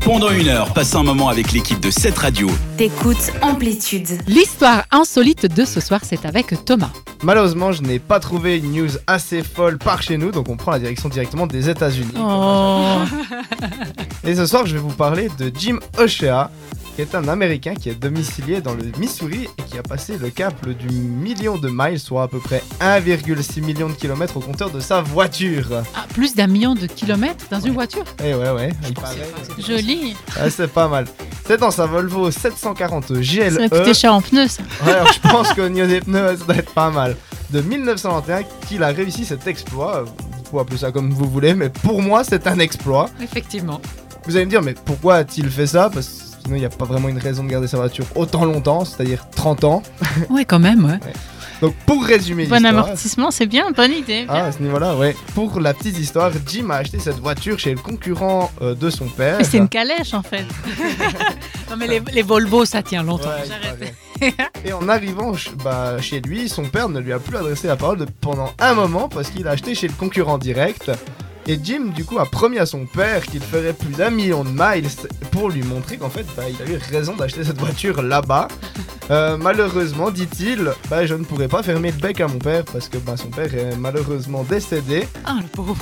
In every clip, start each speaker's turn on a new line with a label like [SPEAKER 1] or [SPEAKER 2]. [SPEAKER 1] Pendant une heure, passe un moment avec l'équipe de cette radio.
[SPEAKER 2] T'écoutes Amplitude.
[SPEAKER 3] L'histoire insolite de ce soir, c'est avec Thomas.
[SPEAKER 4] Malheureusement, je n'ai pas trouvé une news assez folle par chez nous, donc on prend la direction directement des États-Unis.
[SPEAKER 3] Oh,
[SPEAKER 4] Et ce soir, je vais vous parler de Jim O'Shea, qui est un Américain qui est domicilié dans le Missouri et qui a passé le cap du million de miles, soit à peu près 1,6 million de kilomètres au compteur de sa voiture.
[SPEAKER 3] Ah, plus d'un million de kilomètres dans une voiture.
[SPEAKER 4] Eh ouais, ouais, il paraît.
[SPEAKER 3] Joli.
[SPEAKER 4] Ah, c'est pas mal. C'est dans sa Volvo 740 GLE.
[SPEAKER 3] Ça va coûter cher en pneus. ça.
[SPEAKER 4] Ouais, alors je pense qu'au niveau des pneus, ça doit être pas mal. De 1991 qu'il a réussi cet exploit. Vous pouvez appeler ça comme vous voulez, mais pour moi, c'est un exploit.
[SPEAKER 3] Effectivement.
[SPEAKER 4] Vous allez me dire, mais pourquoi a-t-il fait ça Parce que sinon, il n'y a pas vraiment une raison de garder sa voiture autant longtemps, c'est-à-dire 30 ans.
[SPEAKER 3] Ouais, quand même. Ouais.
[SPEAKER 4] Donc, pour résumer
[SPEAKER 5] Bon
[SPEAKER 4] l'histoire.
[SPEAKER 5] amortissement, c'est bien, bonne idée.
[SPEAKER 4] Ah, à ce niveau-là, ouais. Pour la petite histoire, Jim a acheté cette voiture chez le concurrent euh, de son père.
[SPEAKER 5] Mais c'est une calèche en fait.
[SPEAKER 3] Non, mais les, les Volvo, ça tient longtemps.
[SPEAKER 4] Ouais, il
[SPEAKER 5] J'arrête.
[SPEAKER 4] paraît. Et en arrivant ch- bah, chez lui, son père ne lui a plus adressé la parole de- pendant un moment parce qu'il a acheté chez le concurrent direct. Et Jim, du coup, a promis à son père qu'il ferait plus d'un million de miles pour lui montrer qu'en fait, bah, il a eu raison d'acheter cette voiture là-bas. Euh, malheureusement, dit-il, bah, je ne pourrai pas fermer le bec à mon père parce que bah, son père est malheureusement décédé.
[SPEAKER 3] Ah, le pauvre.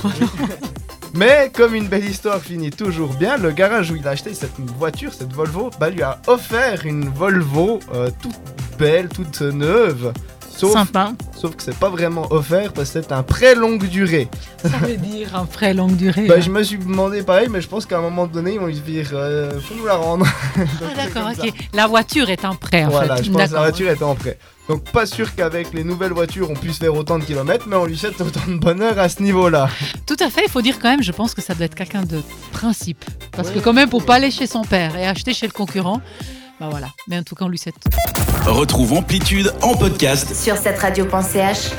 [SPEAKER 4] Mais comme une belle histoire finit toujours bien, le garage où il a acheté cette voiture, cette Volvo, bah lui a offert une Volvo euh, toute belle, toute neuve. Sauf,
[SPEAKER 5] Sympa.
[SPEAKER 4] sauf que c'est pas vraiment offert parce que c'est un prêt longue durée.
[SPEAKER 3] Ça veut dire un prêt longue durée.
[SPEAKER 4] Bah
[SPEAKER 3] hein.
[SPEAKER 4] je me suis demandé pareil, mais je pense qu'à un moment donné ils vont se dire euh, faut nous la rendre. Donc,
[SPEAKER 3] Ah,
[SPEAKER 4] c'est
[SPEAKER 3] d'accord,
[SPEAKER 4] comme ça.
[SPEAKER 3] ok. La voiture est un prêt, en
[SPEAKER 4] Voilà,
[SPEAKER 3] fait.
[SPEAKER 4] je pense que la
[SPEAKER 3] D'accord.
[SPEAKER 4] voiture était en prêt. Donc pas sûr qu'avec les nouvelles voitures on puisse faire autant de kilomètres, mais on lui souhaite autant de bonheur à ce niveau-là.
[SPEAKER 3] Tout à fait, il faut dire quand même, je pense que ça doit être quelqu'un de principe. Parce que
[SPEAKER 4] Ouais.
[SPEAKER 3] quand même, pour pas aller chez son père et acheter chez le concurrent, bah voilà. Mais en tout cas, on lui souhaite
[SPEAKER 1] Retrouve Amplitude en podcast
[SPEAKER 2] Sur cette radio.ch.